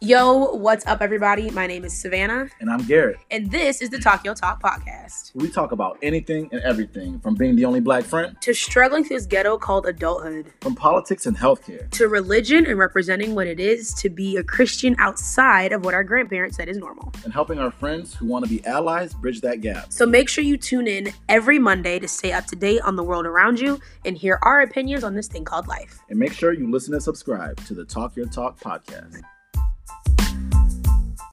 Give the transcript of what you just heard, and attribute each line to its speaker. Speaker 1: Yo, what's up, everybody? My name is Savannah,
Speaker 2: And I'm Garrett.
Speaker 1: and this is the Talk Yo Talk podcast.
Speaker 2: We talk about anything and everything from being the only black friend,
Speaker 1: To struggling through this ghetto called adulthood,
Speaker 2: from politics and healthcare.
Speaker 1: to religion and representing what it is to be a Christian outside of what our grandparents said is normal.
Speaker 2: and helping our friends who want to be allies bridge that gap.
Speaker 1: So make sure you tune in every Monday to stay up to date on the world around you and hear our opinions on this thing called life.
Speaker 2: And make sure you listen and subscribe to the Talk Your Talk podcast.